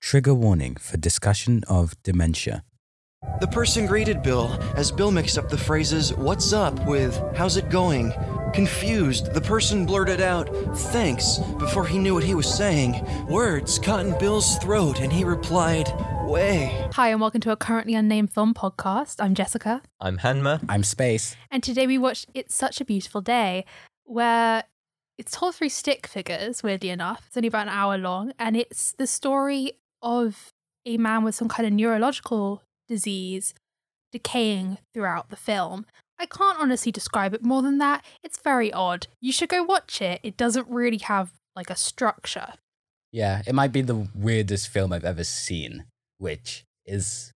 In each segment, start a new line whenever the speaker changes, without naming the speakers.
Trigger warning for discussion of dementia.
The person greeted Bill as Bill mixed up the phrases, What's up with How's it going? Confused, the person blurted out, Thanks, before he knew what he was saying. Words caught in Bill's throat, and he replied, Way.
Hi, and welcome to a currently unnamed film podcast. I'm Jessica,
I'm Hanma.
I'm Space.
and today we watched It's Such a Beautiful Day, where it's told through stick figures, weirdly enough. It's only about an hour long, and it's the story of a man with some kind of neurological disease decaying throughout the film. I can't honestly describe it more than that. It's very odd. You should go watch it. It doesn't really have like a structure.
Yeah, it might be the weirdest film I've ever seen, which is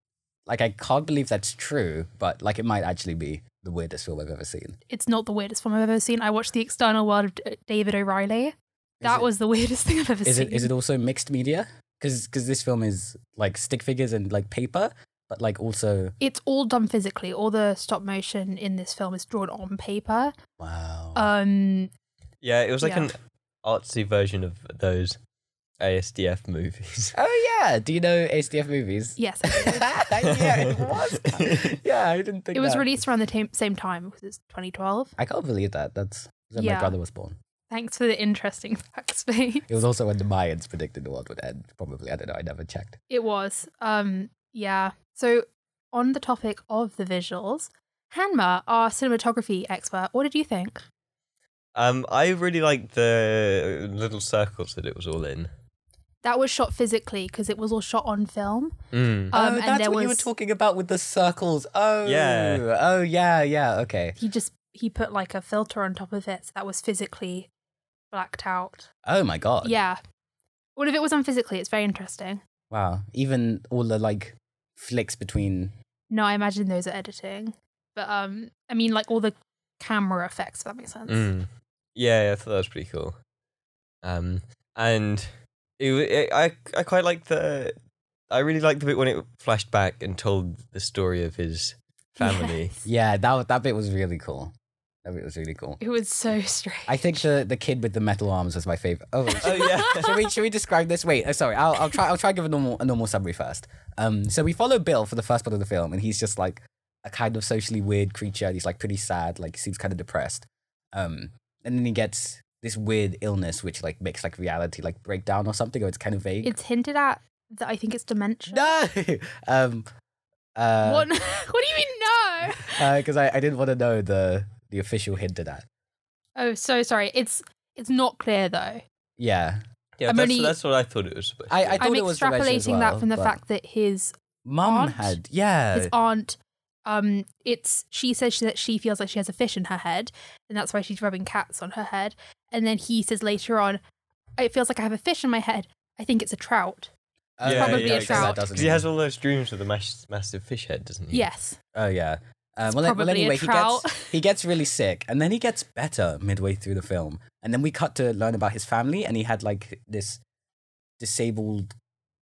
like I can't believe that's true, but like it might actually be the weirdest film I've ever seen.
It's not the weirdest film I've ever seen. I watched The External World of D- uh, David O'Reilly. That
it-
was the weirdest thing I've ever
Is
seen.
it is it also mixed media? Because this film is like stick figures and like paper, but like also
it's all done physically. All the stop motion in this film is drawn on paper.
wow.
Um,
Yeah, it was like
Yeah.
an artsy version of those ASDF movies.
oh yeah, do you know HDF movies?
yes,
yeah, it was. Yeah, I didn't think
it was
that.
released around the tam- same time because it's 2012.
I can't believe that. That's when my
Yeah.
brother was born.
Thanks for the interesting facts, babe.
It was also when the Mayans predicted the world would end. Probably, I don't know. I never checked.
It was. Um, yeah. So, on the topic of the visuals, Hanma, our cinematography expert, what did you think?
Um, I really liked the little circles that it was all in.
That was shot physically because it was all shot on film.
Mm.
Um,
oh,
and
that's
there
what you were
was-
talking about with the circles. Oh,
Yeah.
Oh, yeah, yeah. Okay.
He just he put like a filter on top of it, so that was physically blacked out.
Oh my god.
Yeah. All of it was on physically. It's very interesting.
Wow. Even all the like flicks between.
No, I imagine those are editing. But um I mean like all the camera effects, if that makes sense.
Mm. Yeah, yeah, I thought that was pretty cool. Um, and it, wa- it, I, I quite liked the. I really liked the bit when it flashed back and told the story of his family.
Yes.
Yeah, that wa- that bit was really cool. That bit was really cool.
It was so strange.
I think the the kid with the metal arms was my favorite. Oh,
Oh yeah.
should we should we describe this? Wait, uh, sorry. I'll I'll try I'll try give a normal a normal summary first. Um, so we follow Bill for the first part of the film, and he's just like a kind of socially weird creature. and He's like pretty sad, like seems kind of depressed. Um, and then he gets this weird illness, which like makes like reality like break down or something, or it's kind of vague.
it's hinted at that I think it's dementia.
no. um, uh,
what what do you mean no?
Because I, I didn't want to know the the official hint to that.
Oh, so sorry. It's it's not clear though.
Yeah,
yeah,
I'm
that's,
only-
that's what I thought it was. Supposed
I-
to
I
be.
thought
I'm
it was dementia as
extrapolating
well,
that from the
but-
fact that his
mum
Aunt?
had yeah.
his aunt um it's she says she, that she feels like she has a fish in her head and that's why she's rubbing cats on her head and then he says later on it feels like i have a fish in my head i think it's a trout
Oh,
Yeah, probably yeah, a
because that
trout.
doesn't
Because he has all those dreams of the mas- massive fish head, doesn't he?
yes
Oh yeah. Um,
It's
well, well,
probably a
anyway, he
trout.
gets he gets really sick, and then he gets better midway through the film, and then we cut to learn about his family, and he had like this disabled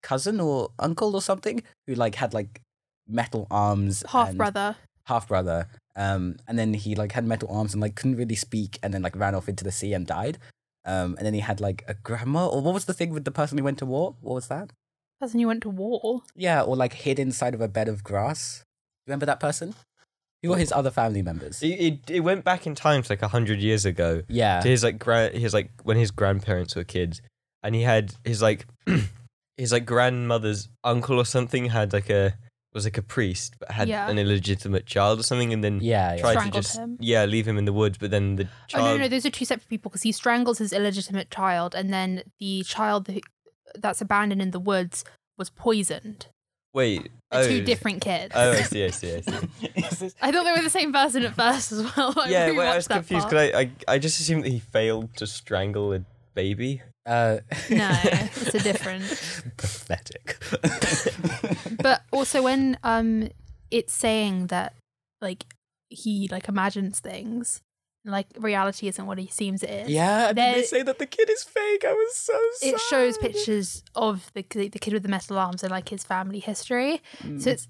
cousin or uncle or something who like had like metal arms,
half brother
half brother, um, and then he like had metal arms and like couldn't really speak, and then like ran off into the sea and died, um, and then he had like a grandma, or what was the thing with the person who went to war? What was that?
person who went to war Oh,
Yeah, or like hid inside of a bed of grass. Remember that person? Who were his other family members?
It, it, it went back in time to like hundred years ago.
Yeah.
to his like gra- his like when his grandparents were kids, and he had his like his like grandmother's uncle or something had like a was like a priest, but had
Yeah.
an illegitimate child or something, and then
yeah, yeah.
tried to
Strangled
just
him.
yeah leave him in the woods, but then the child
oh no no those are two separate people because he strangles his illegitimate child and then the child who, that's abandoned in the woods was poisoned
wait
They're
oh,
two different kids
oh I see I see I see
i thought they were the same person at first as well I
yeah wait, I
rewatched
was
that
confused
part.
because I, I I just assumed that he failed to strangle a baby.
uh,
no it's a different
pathetic.
but also when um it's saying that like he like imagines things like reality isn't what he seems it is
yeah, and then they
There-
say that the kid is fake. I was so sad.
it shows
Mm.
pictures of the, the kid with the metal arms and like his family history so it's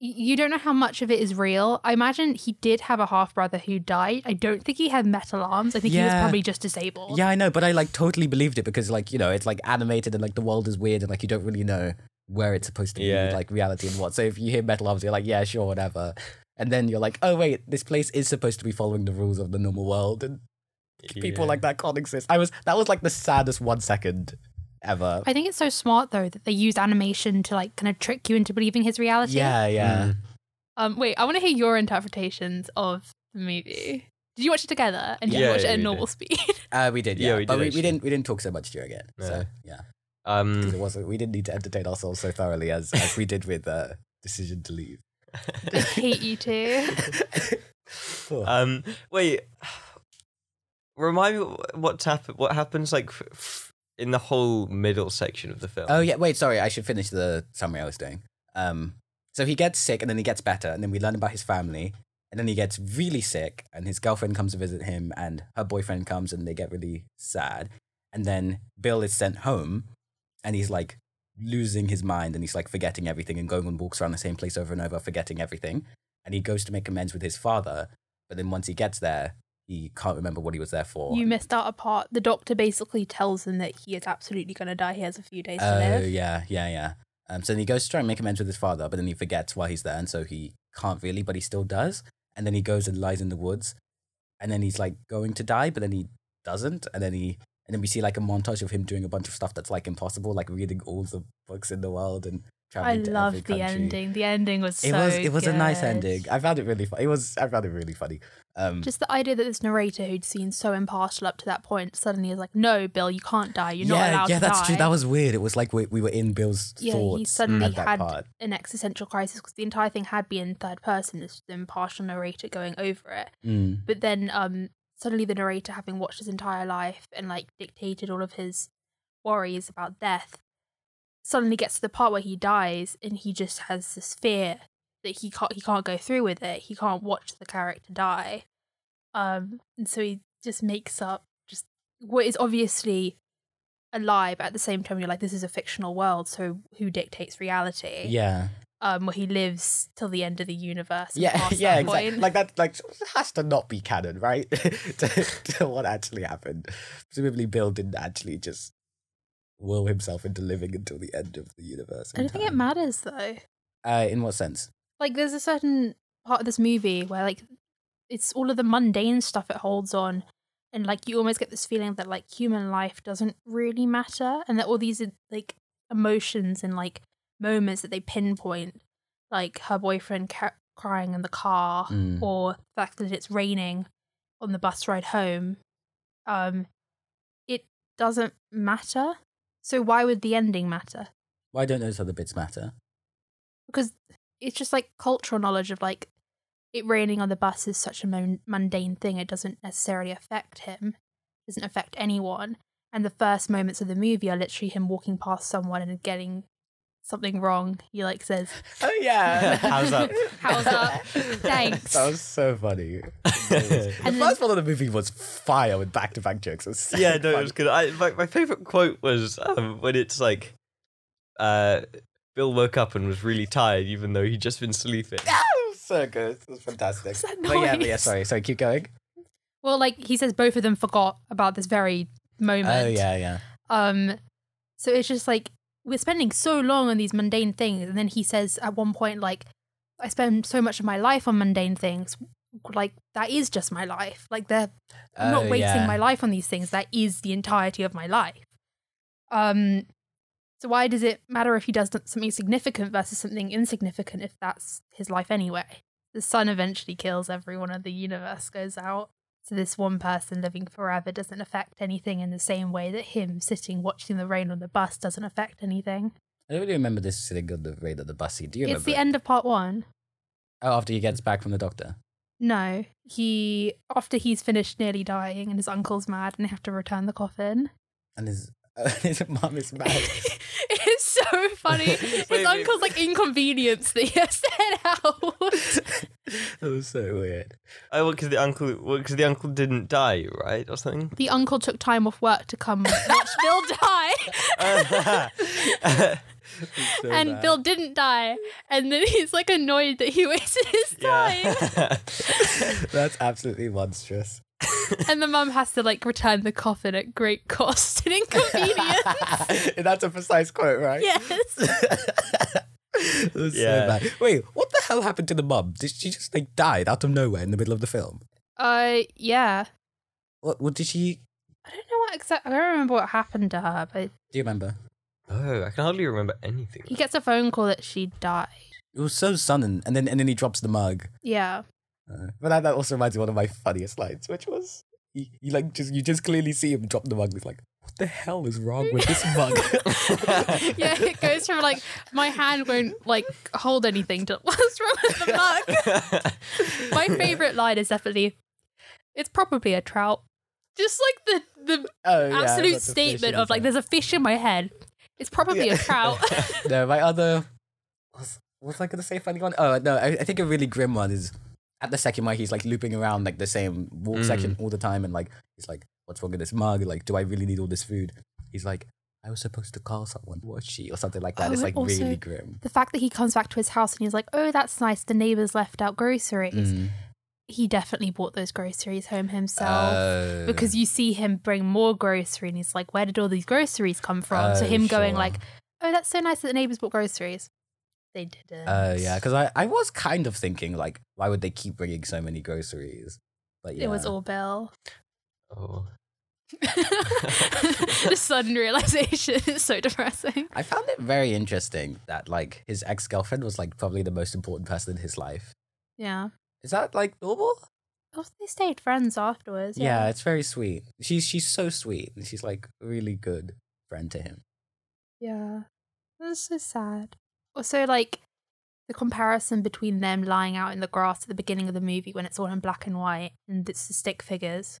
you don't know how much of it is real. I imagine he did have a half brother who died. I don't think he had metal arms. I think he was
Yeah.
probably just disabled.
Yeah, I know, but I like totally believed it because like you know it's like animated and like the world is weird and like you don't really know where it's supposed to be
Yeah.
like reality and what. So if you hear metal arms, you're like, yeah, sure, whatever. And then you're like, oh wait, this place is supposed to be following the rules of the normal world, and people
Yeah.
like that can't exist. I was that was like the saddest one second ever.
I think it's so smart though that they use animation to like kind of trick you into believing his reality.
yeah, yeah.
Mm.
Um. Wait, I want to hear your interpretations of the movie. Did you watch it together? And did you
Yeah,
watch it
yeah,
at
we
normal
did.
speed?
Uh, we did, yeah,
Yeah, we
but
did,
we, we
actually.
didn't we didn't talk so much during it. So
No.
yeah,
Um,
'Cause it wasn't we didn't need to entertain ourselves so thoroughly as, as we did with uh, decision to leave.
I hate you two.
Oh.
Um, wait. Remind me what's hap- what happens like f- f- in the whole middle section of the film.
Oh yeah, wait, sorry, I should finish the summary I was doing. Um, so he gets sick and then he gets better, and then we learn about his family, and then he gets really sick, and his girlfriend comes to visit him, and her boyfriend comes, and they get really sad, and then Bill is sent home, and he's like losing his mind, and he's like forgetting everything, and going on walks around the same place over and over, forgetting everything, and he goes to make amends with his father, but then once he gets there, he can't remember what he was there for.
You missed out a part. The doctor basically tells him that he is absolutely going to die. He has a few days to
Oh
live.
yeah, yeah, yeah. Um, so then he goes to try and make amends with his father, but then he forgets while he's there, and so he can't really, but he still does. And then he goes and lies in the woods, and then he's like going to die, but then he doesn't, and then he and then we see like a montage of him doing a bunch of stuff that's like impossible, like reading all the books in the world and
I
traveling to every
love the
country.
ending. The ending was
It
so
was it was a nice
good.
ending. Um, I found it really fun. It was I found it really funny. Um,
Just the idea that this narrator who'd seemed so impartial up to that point suddenly is like, "No, Bill, you can't die. You're
yeah,
not allowed
yeah,
to
that's
die."
true. That was weird. It was like we, we were in Bill's
yeah.
thoughts.
he suddenly
at that
had
part.
an existential crisis because the entire thing had been in third person. This the impartial narrator going over it,
Mm.
but then um, suddenly the narrator, having watched his entire life and like dictated all of his worries about death, suddenly gets to the part where he dies, and he just has this fear that he can't he can't go through with it. He can't watch the character die, um, and so he just makes up just what is obviously a lie, but at the same time you're like, this is a fictional world, so who dictates reality?
Yeah.
Um, where he lives till the end of the universe. and
Yeah,
past
yeah,
that
exactly.
point.
Like that, like has to not be canon, right? to, to what actually happened. Presumably, Bill didn't actually just will himself into living until the end of the universe.
I
in
don't think it
time.
matters though.
Uh, in what sense?
like there's a certain part of this movie where like it's all of the mundane stuff it holds on and like you almost get this feeling that like human life doesn't really matter and that all these uh, like emotions and like moments that they pinpoint like her boyfriend ca- crying in the car
Mm.
or the fact that it's raining on the bus ride home um it doesn't matter so why would the ending matter
Why don't those other bits matter?
because it's just like cultural knowledge of like it raining on the bus is such a mon- mundane thing it doesn't necessarily affect him doesn't affect anyone and the first moments of the movie are literally him walking past someone and getting something wrong he like says
Oh yeah,
How's up?
how's up thanks
That was so funny. the
And then-
first part of the movie was fire with back-to-back jokes. It was so
yeah, no, it
funny.
was good. I, my, my favorite quote was um, when it's like, uh, Bill woke up and was really tired, even though he'd just been sleeping.
It was so good. It was fantastic.
What's that
But yeah, but yeah.
noise?
Sorry, sorry. Keep going.
well like he says both of them forgot about this very moment
Oh yeah, yeah.
Um, so it's just like we're spending so long on these mundane things, and then he says at one point, like, I spend so much of my life on mundane things. Like that is just my life. Like they're I'm not
Oh,
wasting
yeah.
my life on these things. That is the entirety of my life. Um, so why does it matter if he does something significant versus something insignificant if that's his life anyway? The sun eventually kills everyone and the universe goes out. So this one person living forever doesn't affect anything in the same way that him sitting watching the rain on the bus doesn't affect anything.
I don't really remember this sitting on the rain at the bus seat. Do you
It's
remember?
the
it?
end of part one.
Oh, after he gets back from the doctor.
No, he after he's finished nearly dying and his uncle's mad and they have to return the coffin.
And his, his mom is mad.
it's so funny. His
Wait, wait.
uncle's like inconvenience that he has set out.
that was so weird.
Oh, because the uncle, because the uncle didn't die, right, or something.
the uncle took time off work to come watch Bill die.
Uh, It's so
and
bad.
Bill didn't die. And then he's like annoyed that he wasted his time.
Yeah.
That's absolutely monstrous.
and the mum has to like return the coffin at great cost and inconvenience.
That's a precise quote, right?
yes.
It was so
Yeah.
bad. Wait, what the hell happened to the mum? Did she just like died out of nowhere in the middle of the film?
Uh, yeah.
What? What did she?
I don't know what exactly. I don't remember what happened to her, but
Do you remember?
oh, I can hardly remember anything.
he gets a phone call that she died.
It was so sudden, and then and then he drops the mug.
Yeah.
Uh, but that, that also reminds me of one of my funniest lines, which was you, you like just you just clearly see him drop the mug. and It's like, what the hell is wrong with this mug?
Yeah, it goes from like my hand won't like hold anything to what's wrong with the mug. My favorite line is definitely it's probably a trout. Just like the the
Oh, yeah,
absolute
that's a fish
statement
in
of like
there.
there's a fish in my head. It's probably a trout.
No, my other. Was, was I gonna say funny one? Oh no, I, I think a really grim one is at the second mic he's like looping around like the same walk
Mm.
section all the time, and like he's like, "What's wrong with this mug? Like, do I really need all this food?" He's like, "I was supposed to call someone, was she, or something like that."
Oh,
it's
and
like
also-
really grim.
the fact that he comes back to his house and he's like, "Oh, that's nice. The neighbors left out groceries."
Mm.
He definitely bought those groceries home himself.
Oh.
because you see him bring more grocery and he's like where did all these groceries come from so
Oh,
him going
sure.
like oh that's so nice that the neighbors bought groceries they didn't
Oh yeah, because I, I was kind of thinking like, why would they keep bringing so many groceries? But yeah,
it was all bill
oh.
the sudden realization is so depressing
I found it very interesting that like his ex girlfriend was like probably the most important person in his life.
yeah
Is that like normal?
Oh, they stayed friends afterwards
Yeah,
yeah,
it's very sweet. She's she's so sweet. and She's like a really good friend to him.
yeah. that's so sad also like the comparison between them lying out in the grass at the beginning of the movie when it's all in black and white and it's the stick figures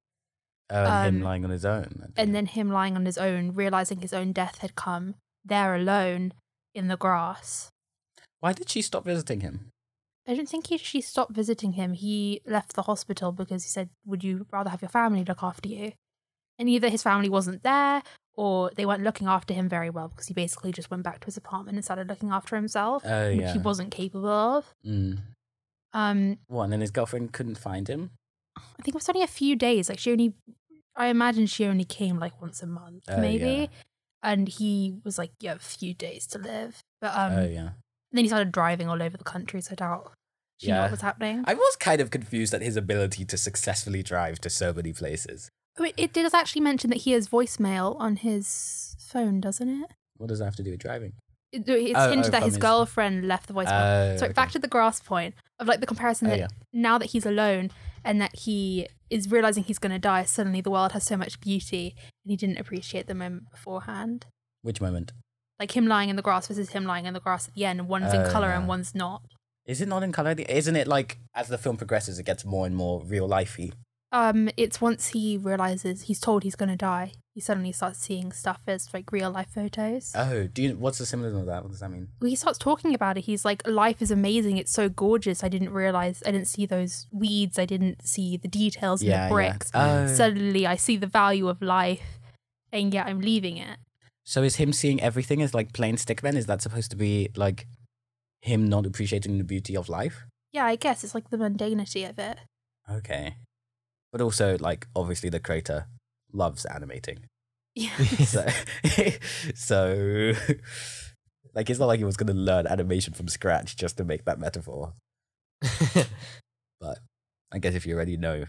Oh, and
Um,
him lying on his own. at the
and
end.
then him lying on his own, realizing his own death had come there alone in the grass.
why did she stop visiting him?
I don't think he, she stopped visiting him. He left the hospital because he said, Would you rather have your family look after you? And either his family wasn't there or they weren't looking after him very well because he basically just went back to his apartment and started looking after himself,
Oh
which
yeah.
he wasn't capable of.
Mm.
Um,
What? And then his girlfriend couldn't find him.
I think it was only a few days. Like she only, I imagine she only came like once a month,
Oh,
maybe.
yeah.
And he was like, "You have a few days to live." But um,
oh yeah.
then he started driving all over the country. So I doubt she knew
Yeah.
what was happening.
I was kind of confused at his ability to successfully drive to so many places.
oh, it, it does actually mention that he has voicemail on his phone, doesn't it?
What does that have to do with driving?
It- It's
Oh,
hinted
oh,
that
from
his
his-
girlfriend left the voicemail.
Oh,
so
okay.
back to the grass point of like the comparison
Oh,
that
yeah.
now that he's alone and that he is realizing he's going to die, suddenly the world has so much beauty, and he didn't appreciate the moment beforehand.
Which moment?
like him lying in the grass versus him lying in the grass at the end. One's in
Oh,
color
yeah.
and one's not.
Is it not in color? Isn't it like as the film progresses, it gets more and more real lifey?
Um, it's once he realizes he's told he's gonna die, he suddenly starts seeing stuff as like real life photos.
Oh, do you? What's the symbolism of that? What does that mean?
he starts talking about it. He's like, "Life is amazing. It's so gorgeous. I didn't realize. I didn't see those weeds. I didn't see the details in the bricks.
Oh. So,
Suddenly, I see the value of life, and yet I'm leaving it."
is him seeing everything as like plain stick then? Is that supposed to be like him not appreciating the beauty of life?
Yeah, I guess it's like the mundanity of it.
Okay, but also like obviously the creator loves animating,
Yeah.
so so like it's not like he was gonna learn animation from scratch just to make that metaphor. But I guess if you already know,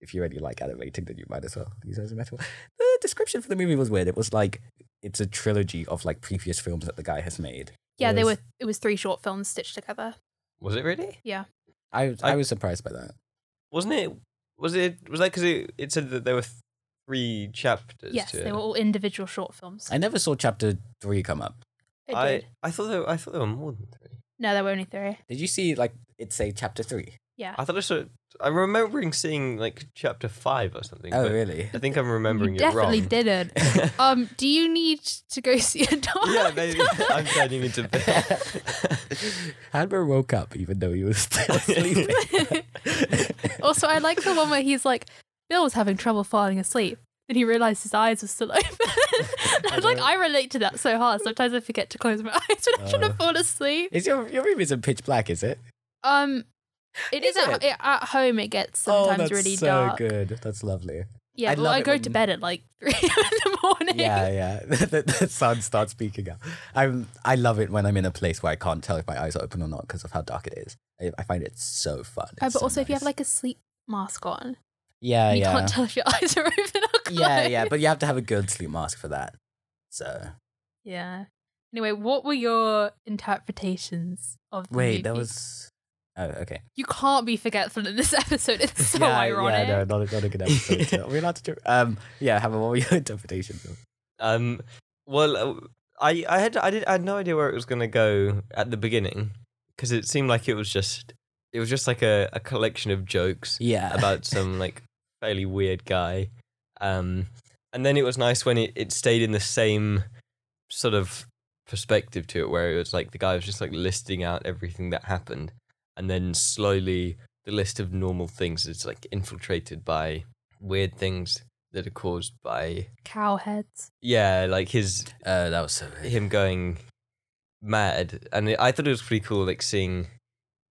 if you already like animating, then you might as well use it as a metaphor. The description for the movie was weird. It was like it's a trilogy of like previous films that the guy has made.
yeah, they
Yes.
were. It was three short films stitched together.
was it really?
Yeah.
I I,
I-
was surprised by that.
Wasn't it? Was it? Was that because it, it said that there were three chapters?
Yes,
to
they
it?
were all individual short films.
I never saw chapter three come up.
It
I
did.
I thought there, were- I thought there were more than three.
No, there were only three.
Did you see like it say chapter three?
Yeah.
I thought I saw. I'm remembering seeing like chapter five or something.
Oh
but
really?
I think I'm remembering
you
it wrong.
definitely didn't. Um, do you need to go see a doctor?
yeah, maybe I'm turning into bed.
Hanbro woke up even though he was still sleeping.
also, I like the one where he's like, Bill was having trouble falling asleep. Then he realized his eyes were still open. and like I relate to that so hard. Sometimes I forget to close my eyes when I'm
Uh.
trying to fall asleep.
Is your your room isn't pitch black, is it?
Um, it
Is
isn't
it?
it? at home. It gets sometimes
oh, that's
really
so
dark.
good. That's lovely.
Yeah,
I
but
love
I
it
go
when-
to bed at like three in the morning. Uh,
Yeah, yeah. the, the sun starts peeking out. I'm, I love it when I'm in a place where I can't tell if my eyes are open or not because of how dark it is. I, I find it so fun.
Oh,
It's so
but also if you have
nice.
like a sleep mask on,
yeah, Uh,
you
yeah,
can't tell if your eyes are open or closed.
yeah, yeah. But you have to have a good sleep mask for that. So
yeah. Anyway, what were your interpretations of the
wait, there
movie?
was. Oh, okay.
You can't be forgetful in this episode. It's so
yeah,
ironic.
Yeah, no, not, a- not a good episode. so we're allowed to. do- Um, yeah, have a what were your interpretations? Of?
Um, well, uh, I I had I did I had no idea where it was gonna go at the beginning because it seemed like it was just it was just like a, a collection of jokes
Yeah,
about some like fairly weird guy. Um, and then it was nice when it, it stayed in the same sort of perspective to it, where it was like the guy was just like listing out everything that happened, and then slowly the list of normal things is like infiltrated by weird things that are caused by
Cow heads.
yeah, like his
Uh, that was so.
him going mad, and I thought it was pretty cool, like seeing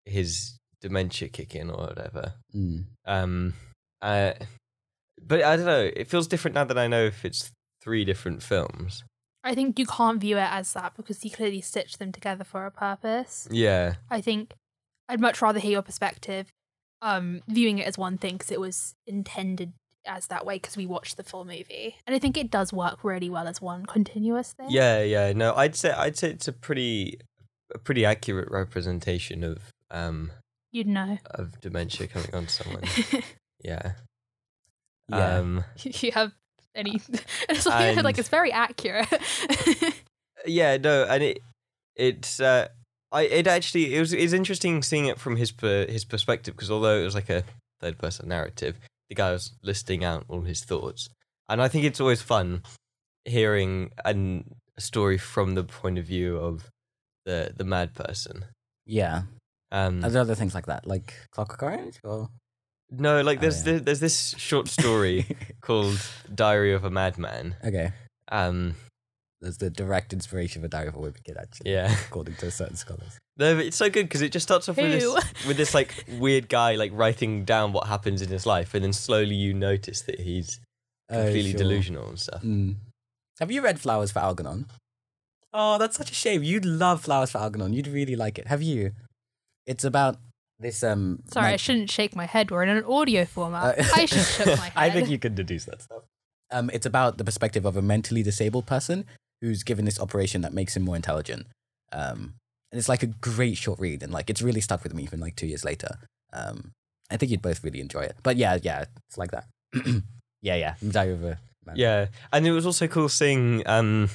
his dementia kick in or whatever.
Mm.
Um, uh, but I don't know. It feels different now that I know if it's three different films.
I think you can't view it as that because he clearly stitched them together for a purpose.
Yeah,
I think I'd much rather hear your perspective, um, viewing it as one thing because it was intended as that way because we watched the full movie, and I think it does work really well as one continuous thing.
yeah, yeah. No, I'd say I'd say it's a pretty, a pretty accurate representation of um
you'd know.
of dementia coming on someone. Yeah.
Yeah.
Um,
you have
Uh,
any? It's like,
And-
like it's very accurate.
yeah no and it it's uh i it actually it was it's interesting seeing it from his per, his perspective because although it was like a third person narrative the guy was listing out all his thoughts and i think it's always fun hearing an, a story from the point of view of the the mad person
yeah,
um
and other things like that, like Clockwork Orange or
no like
Oh,
there's
yeah.
thi- there's this short story called diary of a madman
okay.
um
There's the direct inspiration for Diary of a Wimpy Kid, actually.
yeah
According to certain scholars.
No, but it's so good because it just starts off with
Who?
this, with this like weird guy like writing down what happens in his life, and then slowly you notice that he's
Oh,
completely delusional and stuff.
Mm. Have you read Flowers for Algernon? Oh, that's such a shame. You'd love Flowers for Algernon. You'd really like it. Have you? It's about this. um.
Sorry, I
like-
shouldn't shake my head. We're in an audio format.
Uh,
I should have shook my head.
I think you can deduce that stuff. Um, it's about the perspective of a mentally disabled person who's given this operation that makes him more intelligent. Um, and it's like a great short read, and like it's really stuck with me even like two years later. Um, I think you'd both really enjoy it. But yeah, yeah, it's like that. yeah, yeah. Diary of a Man.
Yeah, and it was also cool seeing um,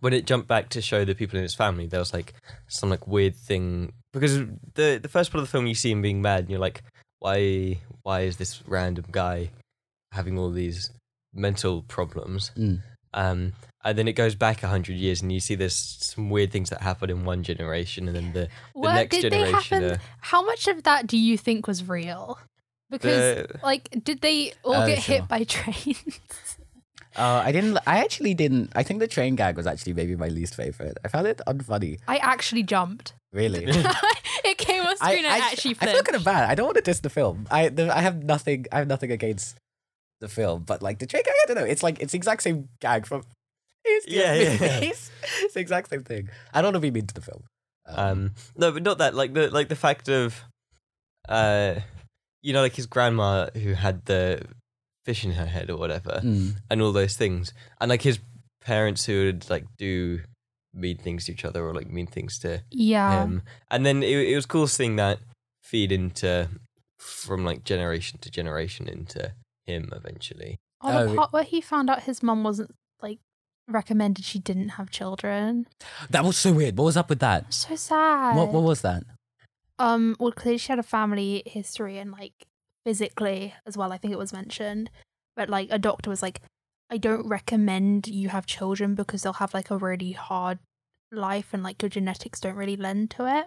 when it jumped back to show the people in his family. There was like some like weird thing because the the first part of the film you see him being mad, and you're like, why why is this random guy having all these mental problems?
Mm.
Um, and then it goes back hundred years, and you see there's some weird things that happen in one generation, and then the the
Well,
next
did
generation.
They happen,
uh,
how much of that do you think was real? Because
Uh,
the-
like, did they all
Oh,
get
sure.
hit by trains?
Uh, I didn't. I actually didn't. I think the train gag was actually maybe my least favorite. I found it unfunny.
I actually jumped.
Really.
it came on screen. I, actually
I feel
flinched.
kind of bad. I don't want to diss the film. I there, I have nothing. I have nothing against the film, but like the Drake gag, I don't know. It's like it's the exact same gag from. It's the
Yeah, yeah, yeah.
It's, it's the exact same thing. I don't want to be mean to the film.
Um, no, but not that. Like the like the fact of, uh, you know, like his grandma who had the fish in her head or whatever,
mm,
and all those things, and like his parents who would like do mean things to each other or like mean things to
yeah.
him, and then it it was cool seeing that feed into from like generation to generation into him eventually.
Oh, the
Oh,
part where he found out his mum wasn't like recommended she didn't have children.
that was so weird. What was up with that?
So sad.
What what was that?
Um, well, clearly she had a family history and like physically as well. I think it was mentioned, but like a doctor was like, I don't recommend you have children because they'll have like a really hard life and like your genetics don't really lend to it.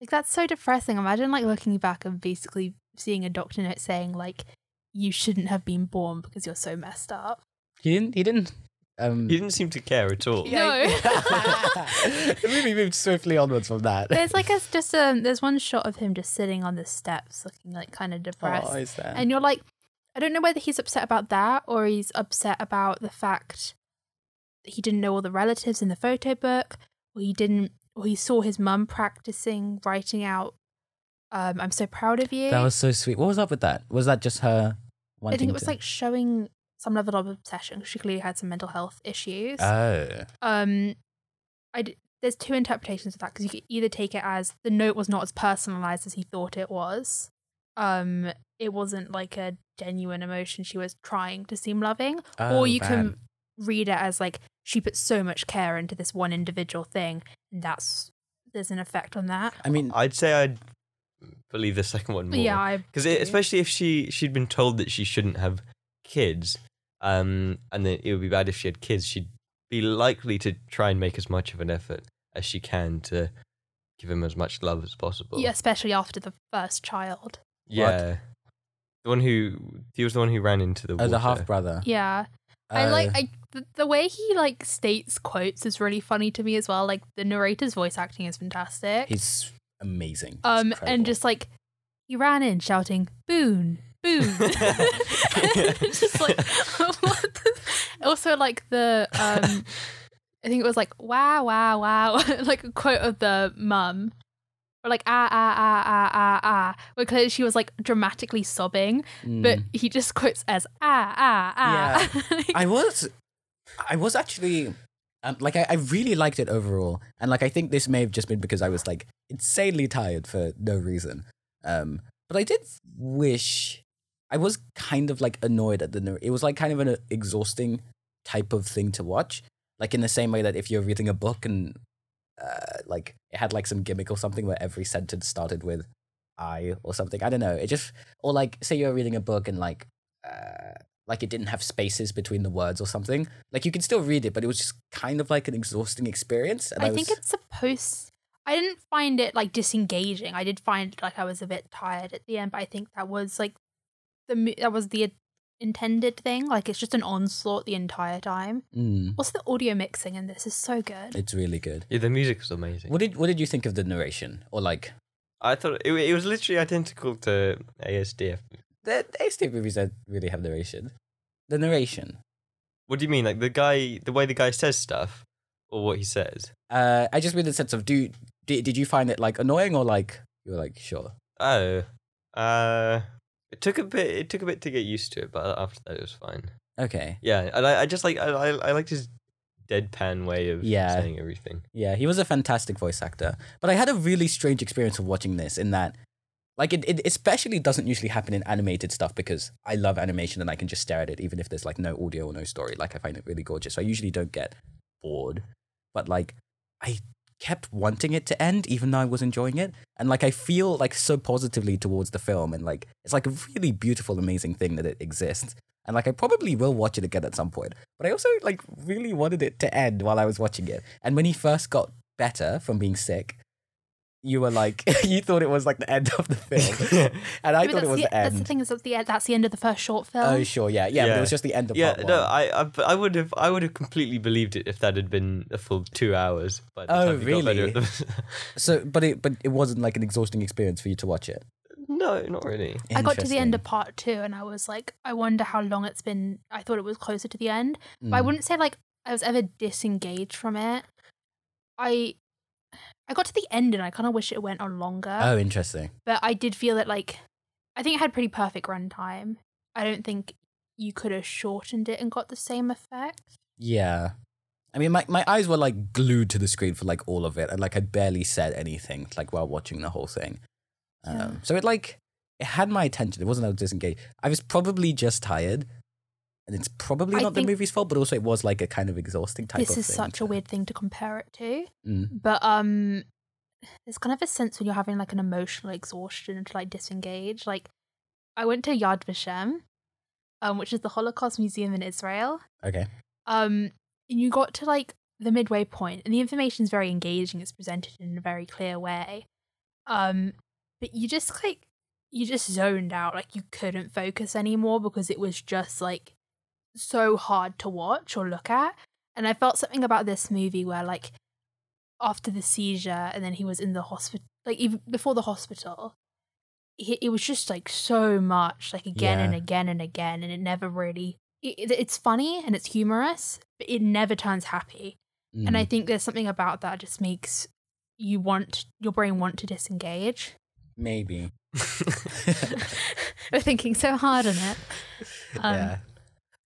Like that's so depressing. Imagine like looking back and basically seeing a doctor note saying like you shouldn't have been born because you're so messed up.
He didn't. He didn't. Um,
He didn't seem to care at all.
No.
the movie moved swiftly onwards from that.
There's like a just um there's one shot of him just sitting on the steps looking like kind of depressed.
Oh, is there?
and you're like I don't know whether he's upset about that or he's upset about the fact that he didn't know all the relatives in the photo book or he didn't or he saw his mum practicing writing out um I'm so proud of you.
That was so sweet. What was up with that? Was that just her?
I
Wanting
think it was
to-
like showing some level of obsession. 'cause She clearly had some mental health issues.
Oh,
um I d- there's two interpretations of that because you could either take it as the note was not as personalized as he thought it was um it wasn't like a genuine emotion she was trying to seem loving
Oh,
or you
man.
can read it as like she put so much care into this one individual thing and that's there's an effect on that
I mean,
I'd say I'd believe the second one more.
but yeah i
because especially if she she'd been told that she shouldn't have kids, um, and that it would be bad if she had kids, she'd be likely to try and make as much of an effort as she can to give him as much love as possible.
yeah, especially after the first child
yeah. The one who he was the one who ran into the
oh,
water.
the half brother.
yeah I like
Oh.
I, th- the way he like states quotes is really funny to me as well. Like the narrator's voice acting is fantastic.
he's amazing. He's
um
incredible.
and just like he ran in shouting Boone, Boone. It's just like what the- also like the um I think it was like wow wow wow like a quote of the mum. Or like ah ah ah ah ah ah where clearly she was like dramatically sobbing, but
Mm.
he just quotes as ah ah ah. Like,
I was, I was actually, um, like, I, I really liked it overall, and like, I think this may have just been because I was like insanely tired for no reason. Um, but I did wish I was kind of like annoyed at the. nar- It was like kind of an uh, exhausting type of thing to watch, like in the same way that if you're reading a book and uh, like it had like some gimmick or something where every sentence started with I or something. I don't know. It just or like say you're reading a book and like. Uh, like it didn't have spaces between the words or something. Like you can still read it, but it was just kind of like an exhausting experience. And I,
I think
was,
it's supposed. I didn't find it like disengaging. I did find like I was a bit tired at the end, but I think that was like the mo- that was the intended thing. Like it's just an onslaught the entire time.
Mm,
Also, the audio mixing in this is so good.
it's really good.
yeah, the music was amazing.
What did what did you think of the narration or like
I thought it, it was literally identical to ASDF.
the the ASD movies that really have narration? The narration.
What do you mean, like the guy, the way the guy says stuff, or what he says?
Uh, I just mean the sense of do did, did you find it like annoying or like you were like sure?
Oh, uh, it took a bit. It took a bit to get used to it, but after that, it was fine.
Okay.
Yeah, and I, I just like I, I, I liked his deadpan way of
Yeah.
saying everything.
Yeah, he was a fantastic voice actor. But I had a really strange experience of watching this in that, like, it, it especially doesn't usually happen in animated stuff because I love animation and I can just stare at it even if there's like no audio or no story. Like, I find it really gorgeous. So I usually don't get bored. But like, I kept wanting it to end even though I was enjoying it. And like, I feel like so positively towards the film. And like, it's like a really beautiful, amazing thing that it exists. And like I probably will watch it again at some point. But I also like really wanted it to end while I was watching it. And when he first got better from being sick, you were like you thought it was like the end of the film. and I
But
thought
that's
it was
the,
the
That's the
end.
thing is that's the that's the end of the first short film.
Oh sure, yeah, yeah, But it
Yeah.
was just the end of
yeah,
part one.
no, I, I but I would have I would have completely believed it if that had been a full two hours. By the
Oh,
time we got better at
really?
the-
so but it but it wasn't like an exhausting experience for you to watch it.
no, not really.
I got to the end
Interesting.
of part two and I was like, I wonder how long it's been. I thought it was closer to the end, but I
Mm.
wouldn't say like I was ever disengaged from it. I I got to the end and I kind of wish it went on longer,
Oh interesting.
but I did feel that like I think it had pretty perfect runtime. I don't think you could have shortened it and got the same effect.
Yeah. I mean, my, my eyes were like glued to the screen for like all of it, and like I barely said anything like while watching the whole thing. Um,
Yeah.
So it like it had my attention. It wasn't I was disengaged. I was probably just tired, and it's probably
I
not the
think-
movie's fault, but also it was like a kind of exhausting type.
this
of
is
thing
such
to-
a weird thing to compare it to,
Mm.
but um, there's kind of a sense when you're having like an emotional exhaustion to like disengage. Like I went to Yad Vashem, um, which is the Holocaust Museum in Israel,
Okay.
um and you got to like the midway point and the information's very engaging it's presented in a very clear way um but you just like you just zoned out like you couldn't focus anymore because it was just like so hard to watch or look at. And I felt something about this movie where, like, after the seizure, and then he was in the hospital, like, even before the hospital, he- it was just like so much, like, again and
Yeah.
again and again. And it never really, it, it- it's funny and it's humorous, but it never turns happy. And I
Mm,
think there's something about that just makes you want, your brain want to disengage.
maybe.
We're thinking so hard on it. Um,
yeah.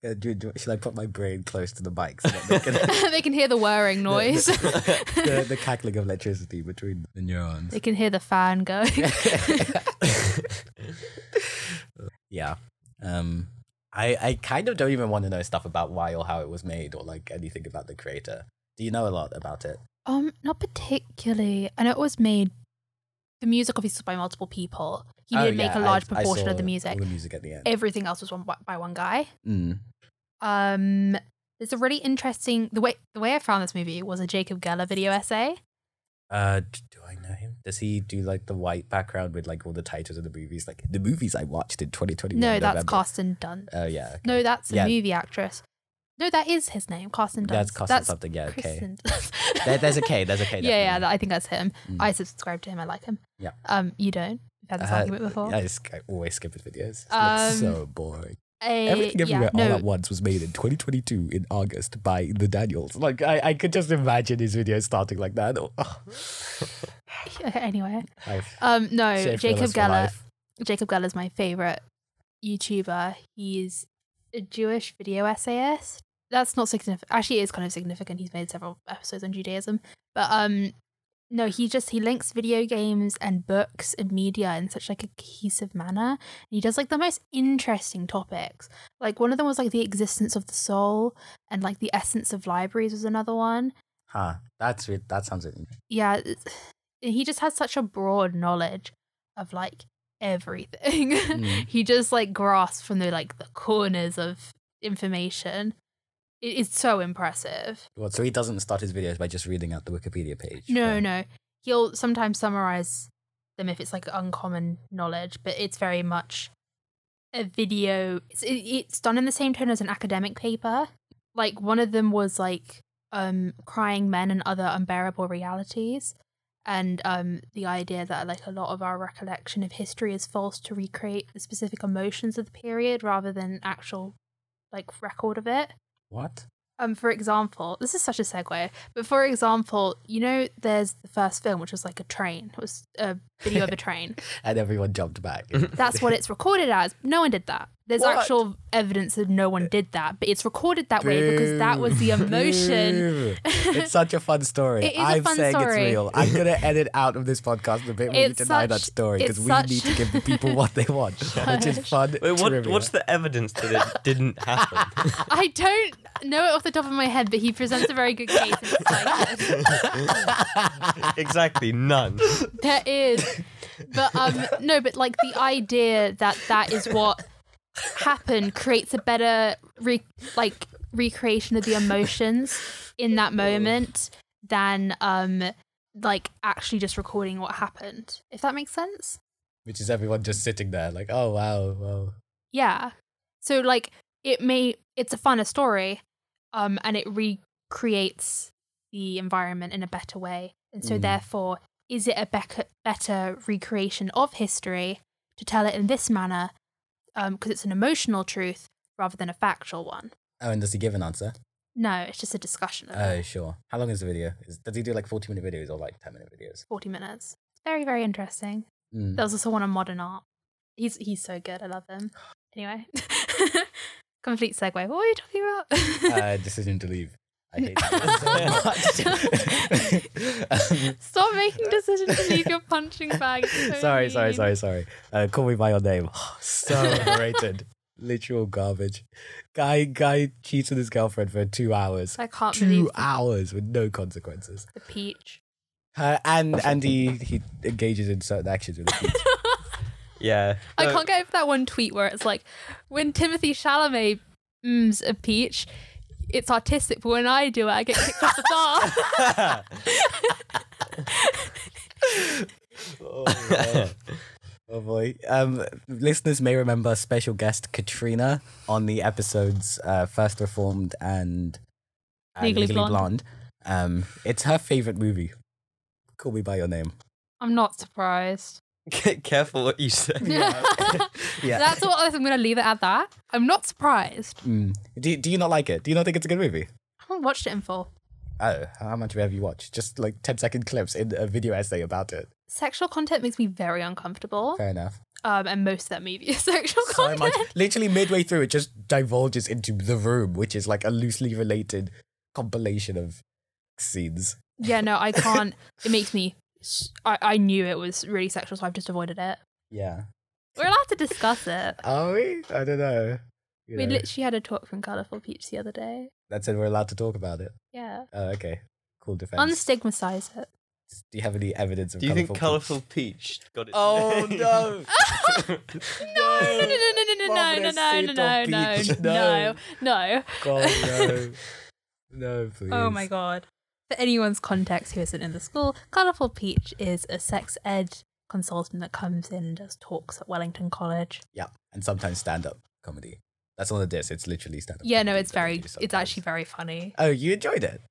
Uh, do, do, should I put my brain close to the mic so that they can,
they can hear the whirring noise.
the, the cackling of electricity between the neurons?
they can hear the fan go.
yeah. Um, I I kind of don't even want to know stuff about why or how it was made or like anything about the creator. Do you know a lot about it?
um, not particularly. I know it was made. The music obviously was by multiple people. He
Oh,
did make
yeah,
a large
I- I
proportion
saw
of the music.
All the music at the end.
Everything else was one by- by one guy.
Mm.
Um, there's a really interesting the way the way I found this movie was a Jacob Geller video essay.
Uh, d- do I know him? Does he do like the white background with like all the titles of the movies, like the movies I watched in 2021?
No, that's
November?
Carsten Dunn.
Oh yeah. okay.
No, that's a
Yeah.
movie actress. No, that is his name, Carsten Dunn.
that's Carsten something. Yeah, okay.
Kristen Dunst.
There, there's a K. There's a K.
yeah, yeah,
definitely.
that- I think that's him.
Mm.
I subscribe to him. I like him.
Yeah.
Um, you don't. We've had this
Uh,
argument before.
I, sk- I always skip his videos. It's
Um,
so boring.
A-
Everything Everywhere
Eh, yeah,
All
no,
at Once was made in 2022 in August by the Daniels. Like, I, I could just imagine his videos starting like that. Oh,
Okay, anyway,
I-
um, no,
shame for the
Jacob
rest of my
Geller.
life.
Jacob Geller's my favorite YouTuber. He's a Jewish video essayist. That's not significant. Actually, it is kind of significant. He's made several episodes on Judaism, but um, no, he just he links video games and books and media in such like a cohesive manner. And he does like the most interesting topics. Like one of them was like the existence of the soul and like the essence of libraries was another one.
Huh. That's weird. That sounds weird.
Yeah, it's- he just has such a broad knowledge of like everything.
Mm.
he just like grasps from the like the corners of information. It- it's so impressive.
Well, so he doesn't start his videos by just reading out the Wikipedia page.
No,
but-
no. He'll sometimes summarize them if it's like uncommon knowledge, but it's very much a video. It's, it, it's done in the same tone as an academic paper. Like one of them was like um, crying men and other unbearable realities, and um, the idea that like a lot of our recollection of history is false to recreate the specific emotions of the period rather than actual like record of it.
What?
Um, for example, this is such a segue, but for example, you know, there's the first film, which was like a train. It was a video of a train.
And everyone jumped back.
That's what it's recorded as. No one did that. There's
What?
actual evidence that no one did that, but it's recorded that way because that was the
Boo.
emotion.
Boo. it's such a fun story.
It is a
I'm
fun
saying
story.
it's real. I'm going to edit out of this podcast the bit where you
It's
deny that
such-
story because
it's
we
such-
need to give the people what they want, which is fun.
Wait, what,
trivia.
what's the evidence that it didn't happen?
I don't know it off the top of my head, but he presents a very good case. and it's like,
exactly none.
there is, but um, no, but like the idea that that is what happened creates a better re- like recreation of the emotions in that moment than um like actually just recording what happened if that makes sense
which is everyone just sitting there like, oh wow, wow.
yeah so like it may it's a funner story um and it recreates the environment in a better way and so
Mm.
therefore is it a bec- better recreation of history to tell it in this manner um because it's an emotional truth rather than a factual one
Oh, and does he give an answer?
no it's just a discussion of it.
Oh, sure. How long is the video? Is, does he do like 40 minute videos or like 10 minute videos?
40 minutes very very interesting
Mm.
there was also one on modern art he's he's so good i love him anyway complete segue what were you talking about
Uh, decision to leave. I hate that one so much.
Stop making decisions to leave your punching bag. It's so
sorry, sorry,
mean.
sorry, sorry. Uh, call me by your name. so overrated. Literal garbage. Guy guy cheats with his girlfriend for two hours.
I can't believe
Two hours with no consequences.
the peach.
Uh, and and he, he engages in certain actions with the beach.
Yeah.
I
No,
can't get over that one tweet where it's like, when Timothy Chalamet mms a peach, it's artistic, but when I do it, I get kicked off the bar.
oh, wow. oh boy. um, listeners may remember special guest Katrina on the episodes uh, First Reformed and uh,
Legally
Blonde.
Blonde.
Um, it's her favorite movie. Call Me by Your Name.
I'm not surprised.
Careful what you say.
Yeah.
That's what I'm going to leave it at that. I'm not surprised.
Mm. Do Do you not like it? Do you not think it's a good movie?
I haven't watched it in full.
Oh, how much have you watched? Just like 10 second clips in a video essay about it.
Sexual content makes me very uncomfortable.
Fair enough.
Um, and most of that movie is sexual
So
content.
much. Literally midway through, it just divulges into The Room, which is like a loosely related compilation of scenes.
Yeah, no, I can't. it makes me. s- I, I knew it was really sexual, so I've just avoided it.
Yeah.
We're allowed to discuss it.
Are we? I don't know. You
We
know,
literally had a talk from Colourful Peach the other day.
That said, we're allowed to talk about it.
Yeah.
Oh, okay. Cool defense.
Unstigmatize it.
Do you have any evidence of
Do you think
colourful
Colourful Peach got it?
Oh, no.
No, no, no, no, no, no, no, no, no, no, no,
Pobrecito Peach,
no, no.
God, no. No, please.
Oh my god. For anyone's context who isn't in the school, Colourful Peach is a sex ed consultant that comes in and does talks at Wellington College.
Yeah. And sometimes stand up comedy. That's all it is. It's literally stand up.
Yeah, no, it's very, it's actually very funny.
Oh, you enjoyed it?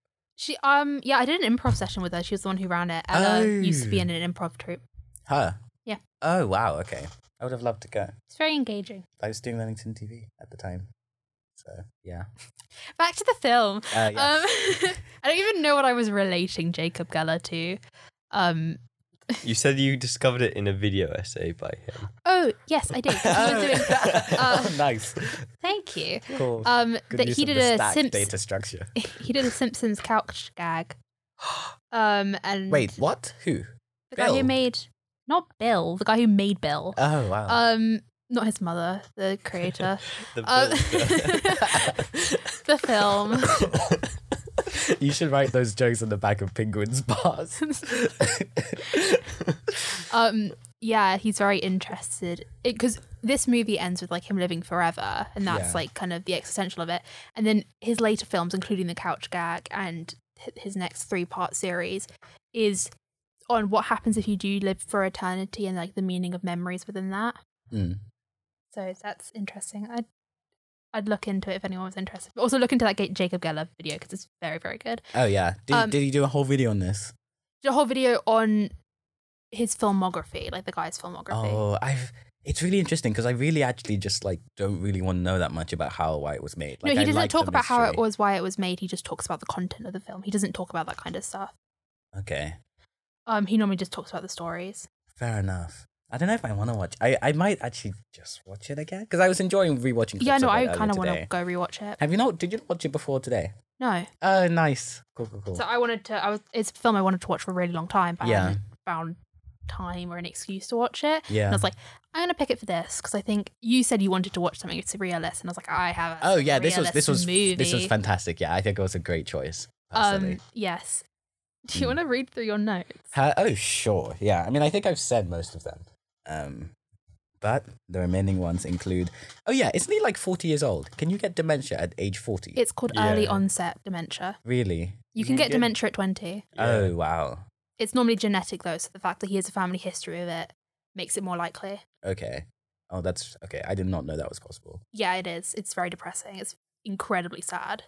She, um, yeah, I did an improv session with her. She was the one who ran it. Ella
Oh.
used to be in an improv troupe.
Huh?
Yeah.
Oh, wow. Okay. I would have loved to go.
It's very engaging.
I was doing Wellington TV at the time. So, yeah.
Back to the film.
Uh, yes.
Um, I don't even know what I was relating Jacob Geller to. Um,
You said you discovered it in a video essay by him.
oh yes, I did. He
Oh.
was doing, uh,
nice.
thank you.
Cool.
Um,
Good
that
use
he
of
did
the
a
stack
Simps-
data structure.
he did a Simpsons couch gag. Um, and
Wait, what? Who?
the guy who
Bill?
made not Bill, the guy who made Bill.
Oh, wow.
Um, not his mother, the creator.
The
Um,
builder.
the film.
you should write those jokes on the back of penguins bars.
Um, yeah, he's very interested because this movie ends with like him living forever, and that's
Yeah.
like kind of the existential of it. And then his later films, including the Couch Gag and h- his next three part series, is on what happens if you do live for eternity and like the meaning of memories within that. Hmm.
Mm.
So that's interesting. I'd I'd look into it if anyone was interested. But also look into that Ga- Jacob Geller video because it's very very good.
Oh, yeah. Did,
Um,
did he do a whole video on this?
Did a whole video on his filmography, like the guy's filmography.
Oh, I've. It's really interesting because I really actually just like don't really want to know that much about how why it was made. Like,
no,
I
he doesn't
like the
talk about how it
mystery.
was, why it was made. He just talks about the content of the film. He doesn't talk about that kind of stuff.
Okay,
Um, he normally just talks about the stories.
fair enough. I don't know if I want to watch. I, I might actually just watch it again because I was enjoying rewatching. Clips
yeah, no,
of
I
it
kind of
want
want to go rewatch it.
Have you not? Did you not watch it before today?
No,
Oh, nice. Cool, cool, cool.
so I wanted to. I was. It's a film I wanted to watch for a really long time, but
Yeah.
I hadn't found time or an excuse to watch it.
yeah.
And I was like, I'm gonna pick it for this because I think you said you wanted to watch something surrealist, and I was like, I have. A
oh yeah, this was
surrealist
this was
movie.
this was fantastic. Yeah, I think it was a great choice. Personally.
Um, yes. Do
Hmm.
you want to read through your notes?
Ha- oh, sure. Yeah. I mean, I think I've said most of them. Um, but the remaining ones include. Oh, yeah. Isn't he like 40 years old? Can you get dementia at age 40?
It's called
Yeah.
early onset dementia.
really?
You can get dementia at 20.
Oh, wow.
It's normally genetic though, so the fact that he has a family history of it makes it more likely.
Okay. Oh, that's okay. I did not know that was possible.
Yeah, it is. It's very depressing. It's incredibly sad.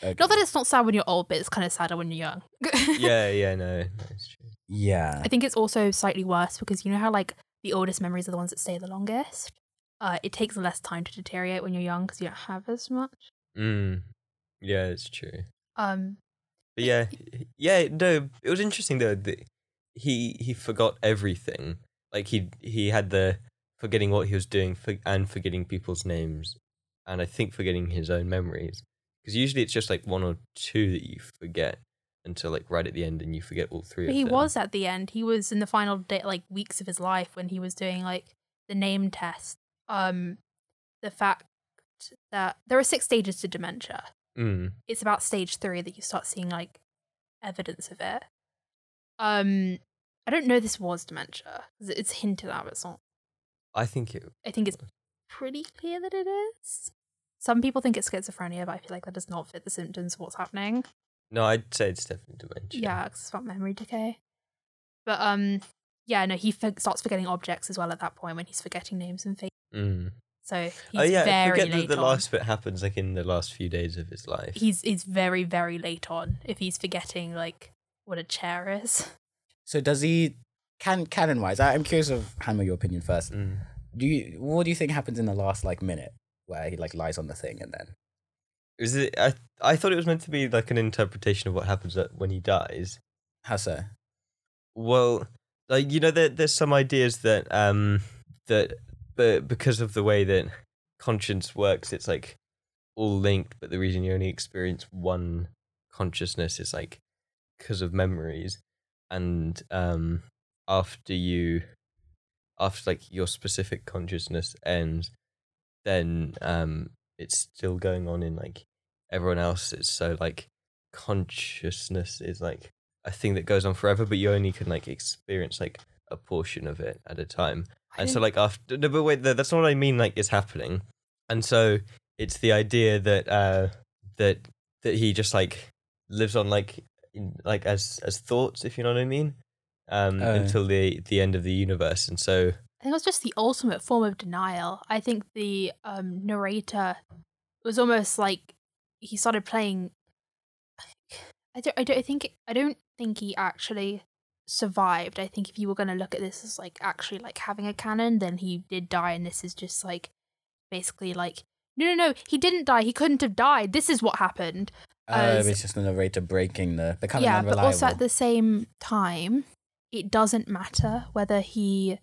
Okay.
Not that it's not sad when you're old, but it's kind of sadder when you're young.
yeah, yeah, no, no, it's true.
Yeah.
I think it's also slightly worse because you know how like the oldest memories are the ones that stay the longest. Uh, it takes less time to deteriorate when you're young because you don't have as much.
Mm. Yeah, it's true.
Um,
But yeah, yeah, no, it was interesting though. That he he forgot everything. Like he he had the forgetting what he was doing for, and forgetting people's names, and I think forgetting his own memories. Because usually it's just like one or two that you forget until like right at the end, and you forget all three.
but
of
he
them.
was at the end. He was in the final day, like weeks of his life when he was doing like the name test. Um, the fact that there are six stages to dementia.
Mm.
it's about stage three that you start seeing like evidence of it. Um, I don't know this was dementia. 'cause It's hinted at, but it's not.
I think it.
I think it's pretty clear that it is. Some people think it's schizophrenia, but I feel like that does not fit the symptoms of what's happening.
No, I'd say it's definitely dementia.
Yeah, 'cause it's about memory decay. But um, yeah, no, he for- starts forgetting objects as well at that point when he's forgetting names and things.
Mm.
So he's
oh yeah, I
very
forget
late
that the
on.
last bit happens like in the last few days of his life.
He's it's very very late on if he's forgetting like what a chair is.
So does he? Can canon wise, I'm curious of Hammer your opinion first.
Mm.
Do you what do you think happens in the last like minute where he like lies on the thing and then?
Is it? I I thought it was meant to be like an interpretation of what happens at- when he dies.
How so?
Well, like you know, there, there's some ideas that um that but because of the way that conscience works, it's like all linked. But the reason you only experience one consciousness is like because of memories, and um after you after like your specific consciousness ends, then um it's still going on in like everyone else's. So like consciousness is like a thing that goes on forever, but you only can like experience like a portion of it at a time.
I
And so
don't-
like after no, but wait, tha- that's not what I mean. Like is happening, and so it's the idea that uh that that he just like lives on like in, like as as thoughts, if you know what I mean, um
Oh.
until the the end of the universe. And so
I think it was just the ultimate form of denial. I think the um, narrator was almost like he started playing. I don't. I don't I think. I don't think he actually survived. I think if you were going to look at this as like actually like having a canon, then he did die, and this is just like basically like no, no, no. He didn't die. He couldn't have died. This is what happened.
Uh,
As-
it's just the narrator breaking the becoming
yeah,
unreliable.
but also at the same time, it doesn't matter whether he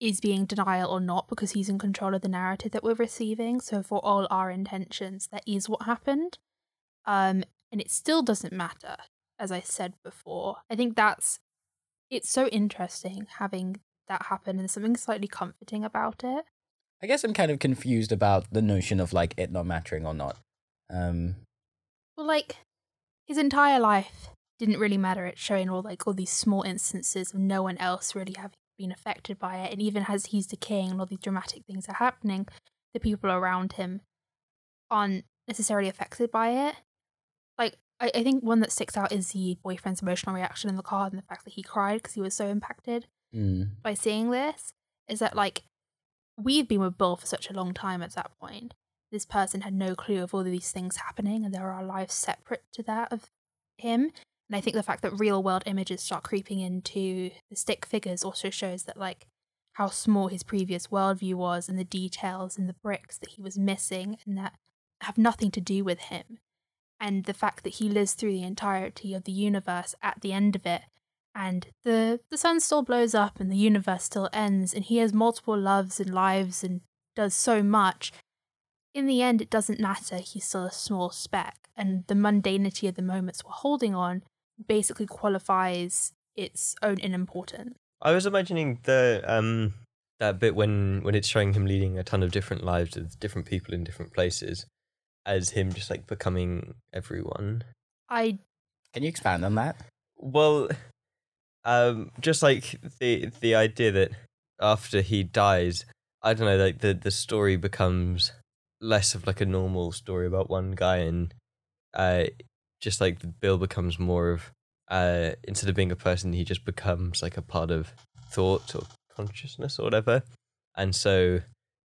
is being denial or not because he's in control of the narrative that we're receiving. So for all our intentions, that is what happened. Um, and it still doesn't matter, as I said before. I think that's it's so interesting having that happen and there's something slightly comforting about it.
I guess I'm kind of confused about the notion of like it not mattering or not. Um,
Well, like his entire life didn't really matter. It's showing all like all these small instances of no one else really having been affected by it, and even as he's decaying and all these dramatic things are happening, the people around him aren't necessarily affected by it. Like I, I think one that sticks out is the boyfriend's emotional reaction in the car and the fact that he cried because he was so impacted
mm,
by seeing this is that like we've been with Bill for such a long time at that point. This person had no clue of all of these things happening and there are lives separate to that of him. And I think the fact that real world images start creeping into the stick figures also shows that like how small his previous worldview was and the details and the bricks that he was missing and that have nothing to do with him. And the fact that he lives through the entirety of the universe at the end of it and the the sun still blows up and the universe still ends and he has multiple loves and lives and does so much in the end it doesn't matter he's still a small speck and the mundanity of the moments we're holding on basically qualifies its own unimportance
I was imagining the um that bit when when it's showing him leading a ton of different lives with different people in different places, as him just like becoming everyone.
i
can you expand on that?
Well, um, just like the the idea that after he dies, I don't know, like the the story becomes less of like a normal story about one guy, and uh, just like Bill becomes more of uh, instead of being a person, he just becomes like a part of thought or consciousness or whatever, and so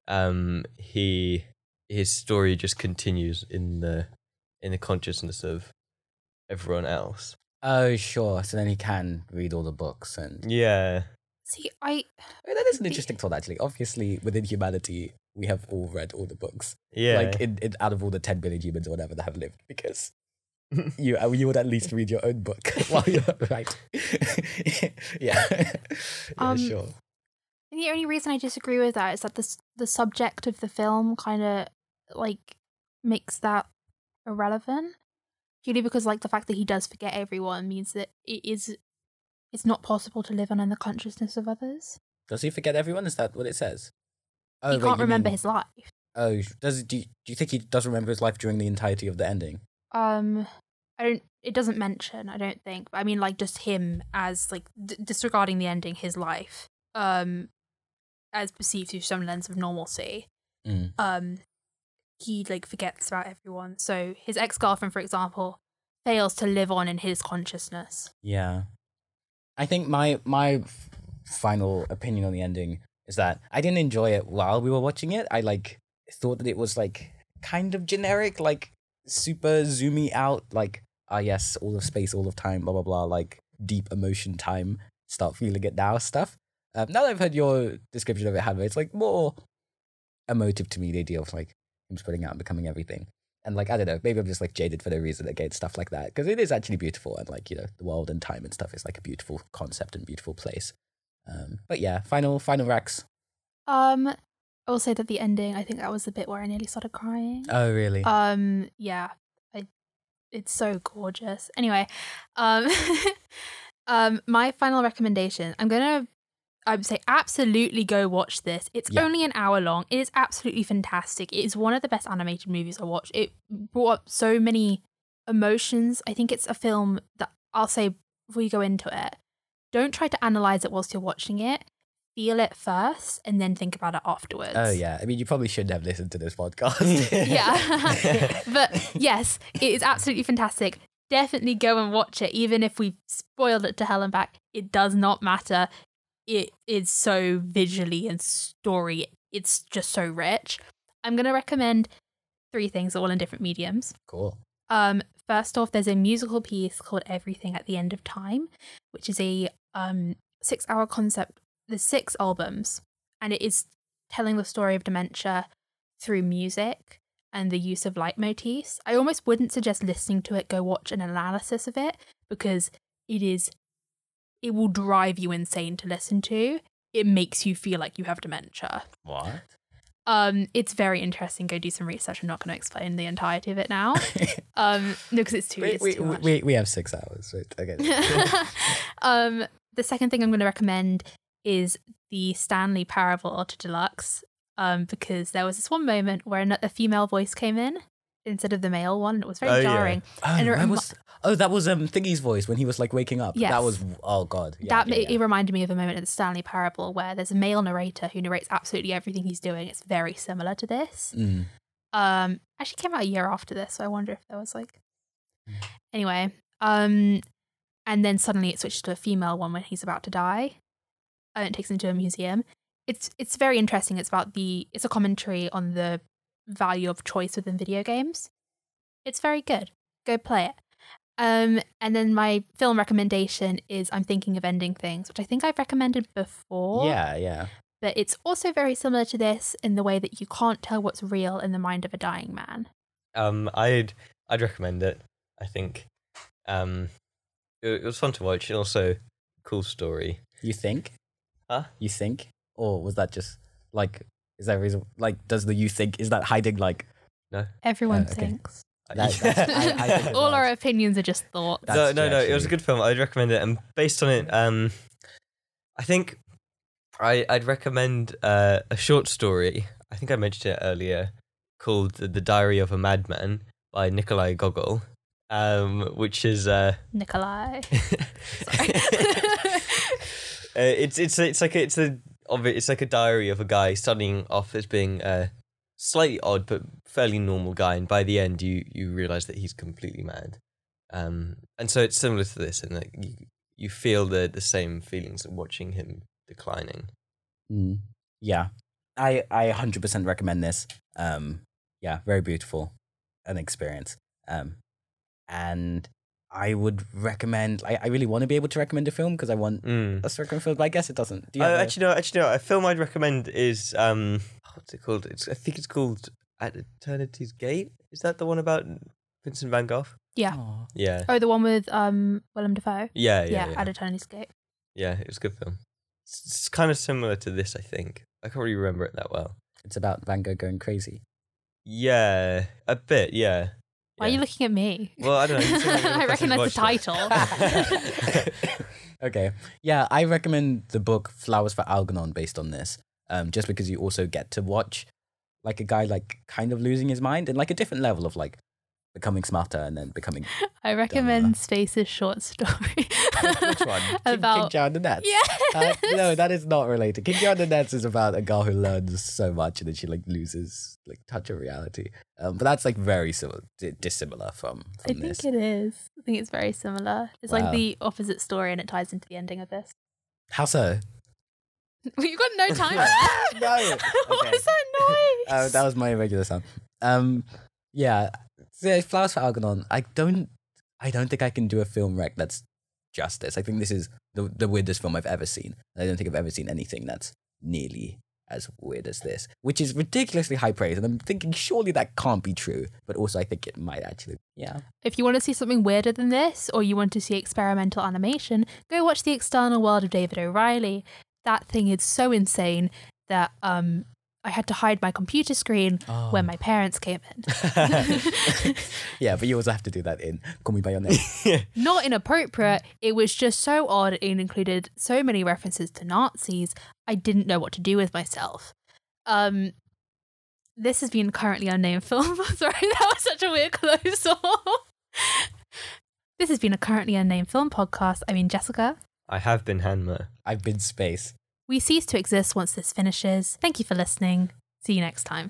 um, he his story just continues in the in the consciousness of everyone else.
Oh, sure. So then he can read all the books, and
Yeah.
see i
I mean, that is an interesting thought actually. Obviously, within humanity, we have all read all the books,
Yeah.
like in, in out of all the ten billion humans or whatever that have lived, because. You uh, you would at least read your own book while you're right. yeah, yeah,
Um,
sure.
And the only reason I disagree with that is that the s- the subject of the film kind of like makes that irrelevant, purely because like the fact that he does forget everyone means that it is it's not possible to live on in the consciousness of others.
Does he forget everyone? Is that what it says? Oh,
he
wait,
can't
you
remember
mean-
his life.
Oh, sh- does do you, do you think he does remember his life during the entirety of the ending?
Um, I don't. It doesn't mention. I don't think. I mean, like just him as like d- disregarding the ending, his life. Um, as perceived through some lens of normalcy.
Mm.
um he like forgets about everyone. So his ex girlfriend, for example, fails to live on in his consciousness.
Yeah, I think my my final opinion on the ending is that I didn't enjoy it while we were watching it. I like thought that it was like kind of generic, like super zoomy out, like ah yes, all of space, all of time, blah blah blah, like deep emotion time. Start feeling it now stuff. Um, now that I've heard your description of it, Hanway, it's like more emotive to me. The idea of like him spreading out and becoming everything. And like I don't know, maybe I'm just like jaded for no reason against stuff like that because it is actually beautiful and like you know the world and time and stuff is like a beautiful concept and beautiful place. Um, but yeah, final final racks.
Um, I will say that the ending. I think that was the bit where I nearly started crying.
Oh really?
Um, yeah, I, it's so gorgeous. Anyway, um, um, my final recommendation. I'm gonna, I would say, absolutely go watch this. It's
Yeah.
only an hour long. It is absolutely fantastic. It is one of the best animated movies I watched. It brought up so many emotions. I think it's a film that I'll say before you go into it. Don't try to analyze it whilst you're watching it. Feel it first, and then think about it afterwards.
oh yeah. I mean, you probably shouldn't have listened to this podcast.
yeah. but yes, it is absolutely fantastic. Definitely go and watch it, even if we spoiled it to hell and back. It does not matter. It is so visually and story. It's just so rich. I'm gonna recommend three things, all in different mediums.
cool.
Um, first off, there's a musical piece called Everything at the End of Time, which is a um, six hour concept, the six albums, and it is telling the story of dementia through music and the use of light motifs. I almost wouldn't suggest listening to it, go watch an analysis of it because it is, it will drive you insane to listen to. It makes you feel like you have dementia.
What?
Um, it's very interesting. Go do some research. I'm not going to explain the entirety of it now. Um, no, because it's too,
we,
it's
we,
too much.
we, we have six hours. Wait, okay.
um, the second thing I'm going to recommend is the Stanley Parable Ultra Deluxe, um, because there was this one moment where a, a female voice came in instead of the male one. And it was very
Oh, yeah.
jarring.
Oh,
And it
that
remi-
was oh that was um Thingy's voice when he was like waking up.
Yes.
That was oh god. Yeah,
that
yeah,
it-
yeah.
it reminded me of a moment in the Stanley Parable where there's a male narrator who narrates absolutely everything he's doing. It's very similar to this.
Mm.
um actually came out a year after this so i wonder if there was like anyway um and then suddenly it switches to a female one when he's about to die and it takes him to a museum it's it's very interesting it's about the it's a commentary on the value of choice within video games it's very good go play it um and then my film recommendation is i'm thinking of ending things which i think i've recommended before
yeah, yeah.
but it's also very similar to this in the way that you can't tell what's real in the mind of a dying man.
Um, I'd I'd recommend it. I think, um, it, it was fun to watch and also cool story.
You think?
Huh?
You think? Or was that just like is that a reason like does the you think is that hiding like
Everyone
Uh, okay.
thinks.
That- that's- I- I think
All
that's-
our opinions are just thoughts.
That's
no, no, no. It was
actually-
a good film. I'd recommend it. And based on it, um, I think I, I'd recommend uh, a short story. I think I mentioned it earlier, called "The Diary of a Madman" by Nikolai Gogol, um, which is. Uh,
Nikolai.
Sorry. Uh, it's it's it's like a, it's a of it- it's like a diary of a guy starting off as being a slightly odd but fairly normal guy, and by the end you you realize that he's completely mad. Um, and so it's similar to this, and like you you feel the the same feelings of watching him declining.
Mm. Yeah. I I 100% recommend this. Um yeah, very beautiful an experience. Um and I would recommend I, I really want to be able to recommend a film because I want
Mm.
a certain film, but I guess it doesn't. Do you
Uh,
have a-
actually, no. Actually, no. A film I'd recommend is um, what's it called? It's I think it's called At Eternity's Gate. Is that the one about Vincent Van Gogh?
yeah.
Aw.
Yeah.
Oh, the one with um Willem Dafoe.
Yeah, yeah,
Yeah,
yeah.
at Attorney's Gate.
Yeah, it was a good film. It's, it's kind of similar to this, I think. I can't really remember it that well.
It's about Van Gogh going crazy.
Yeah, a bit. Yeah.
Why are you looking at me?
Well, I don't know. You said you
I
were
recognize the
watched
title.
okay. Yeah, I recommend the book Flowers for Algernon based on this. Um, just because you also get to watch like a guy like kind of losing his mind and like a different level of like becoming smarter and then becoming
I recommend Space's short story.
which one? King, King
About
Jar and the Nets.
yeah.
Uh, no, that is not related. King Jar and the Nets is about a girl who learns so much and then she like loses like touch of reality. Um, but that's like very similar, di- dissimilar from
I
from
think
this.
it is. I think it's very similar. It's
Wow.
like the opposite story, and it ties into the ending of this.
How so?
You've got no time. for that.
No.
what
Okay.
was that noise?
Oh, that was my irregular sound. Um, yeah, so, yeah, flowers for Algernon. I don't, I don't think I can do a film rec that's justice. I think this is the the weirdest film I've ever seen. I don't think I've ever seen anything that's nearly as weird as this, which is ridiculously high praise. And I'm thinking surely that can't be true, but also I think it might actually. Yeah,
If you want to see something weirder than this, or you want to see experimental animation, go watch The External World of David O'Reilly. That thing is so insane that um, I had to hide my computer screen
Oh.
when my parents came in.
yeah, but you also have to do that in Call Me by Your Name.
Not inappropriate, it was just so odd. It included so many references to Nazis. I didn't know what to do with myself. Um, this has been currently unnamed film. Sorry, that was such a weird close all. this has been a currently unnamed film podcast. I mean, Jessica,
I have been Hanma.
I've been space.
we cease to exist once this finishes. Thank you for listening. See you next time.